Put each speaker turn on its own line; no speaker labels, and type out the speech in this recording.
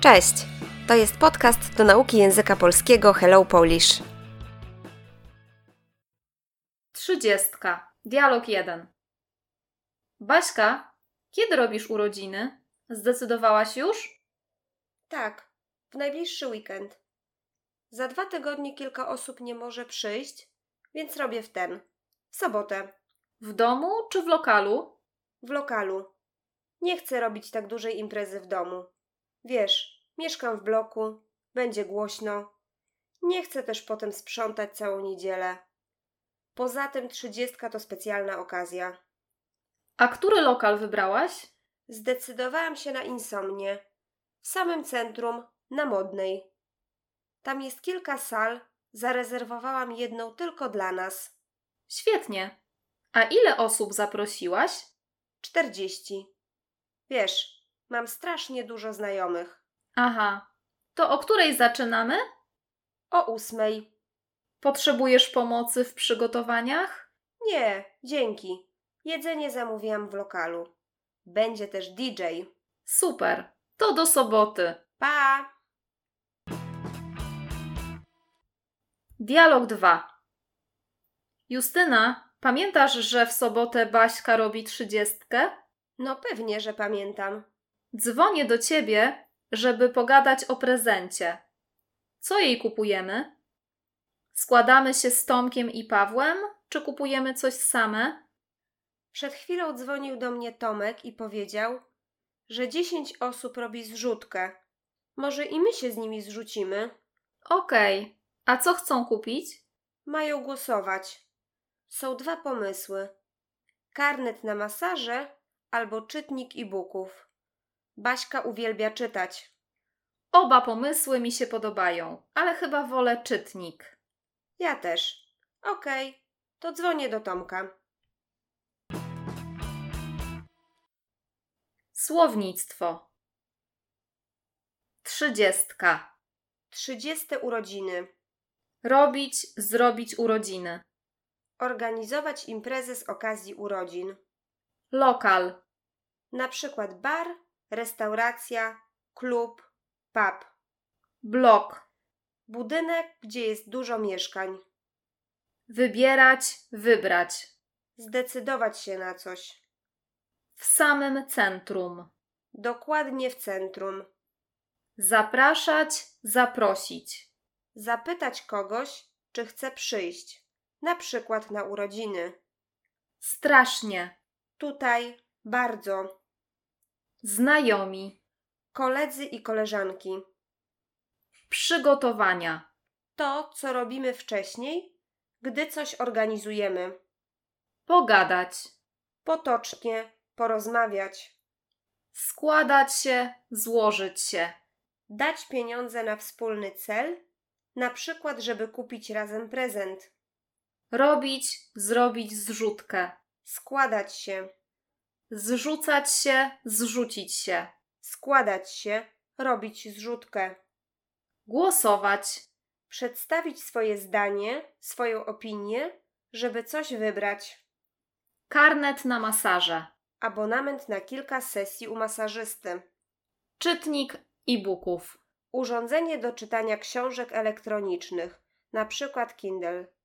Cześć! To jest podcast do nauki języka polskiego Hello Polish.
Trzydziestka. Dialog jeden. Baśka, kiedy robisz urodziny? Zdecydowałaś już?
Tak, w najbliższy weekend. Za dwa tygodnie kilka osób nie może przyjść, więc robię w ten. W sobotę,
W domu czy w lokalu?
w lokalu. Nie chcę robić tak dużej imprezy w domu. Wiesz, mieszkam w bloku, będzie głośno. Nie chcę też potem sprzątać całą niedzielę. Poza tym trzydziestka to specjalna okazja.
A który lokal wybrałaś?
Zdecydowałam się na insomnię. W samym centrum, na modnej. Tam jest kilka sal, zarezerwowałam jedną tylko dla nas.
Świetnie. A ile osób zaprosiłaś?
40. Wiesz, mam strasznie dużo znajomych.
Aha. To o której zaczynamy?
O ósmej.
Potrzebujesz pomocy w przygotowaniach?
Nie, dzięki. Jedzenie zamówiłam w lokalu. Będzie też DJ.
Super. To do soboty.
Pa!
Dialog 2. Justyna, pamiętasz, że w sobotę Baśka robi trzydziestkę?
No pewnie, że pamiętam.
Dzwonię do ciebie, żeby pogadać o prezencie. Co jej kupujemy? Składamy się z Tomkiem i Pawłem, czy kupujemy coś same?
Przed chwilą dzwonił do mnie Tomek i powiedział, że 10 osób robi zrzutkę. Może i my się z nimi zrzucimy?
Okej, a co chcą kupić?
Mają głosować. Są dwa pomysły: karnet na masaże albo czytnik e-booków. Baśka uwielbia czytać.
Oba pomysły mi się podobają, ale chyba wolę czytnik.
Ja też. Okej, to dzwonię do Tomka.
Słownictwo. Trzydziestka.
30 urodziny.
Robić, zrobić urodziny.
Organizować imprezy z okazji urodzin.
Lokal.
Na przykład bar, restauracja, klub, pub.
Blok.
Budynek, gdzie jest dużo mieszkań.
Wybierać, wybrać.
Zdecydować się na coś.
W samym centrum.
Dokładnie w centrum.
Zapraszać, zaprosić.
Zapytać kogoś, czy chce przyjść. Na przykład na urodziny.
Strasznie.
Tutaj bardzo.
Znajomi.
Koledzy i koleżanki.
Przygotowania.
To, co robimy wcześniej, gdy coś organizujemy.
Pogadać.
Potocznie, porozmawiać.
Składać się, złożyć się.
Dać pieniądze na wspólny cel, na przykład, żeby kupić razem prezent.
Robić, zrobić zrzutkę.
Składać się.
Zrzucać się, zrzucić się.
składać się, robić zrzutkę,
Głosować.
przedstawić swoje zdanie, swoją opinię, żeby coś wybrać.
Karnet na masaże.
Abonament na kilka sesji u masażysty.
Czytnik e-booków.
Urządzenie do czytania książek elektronicznych, na przykład Kindle.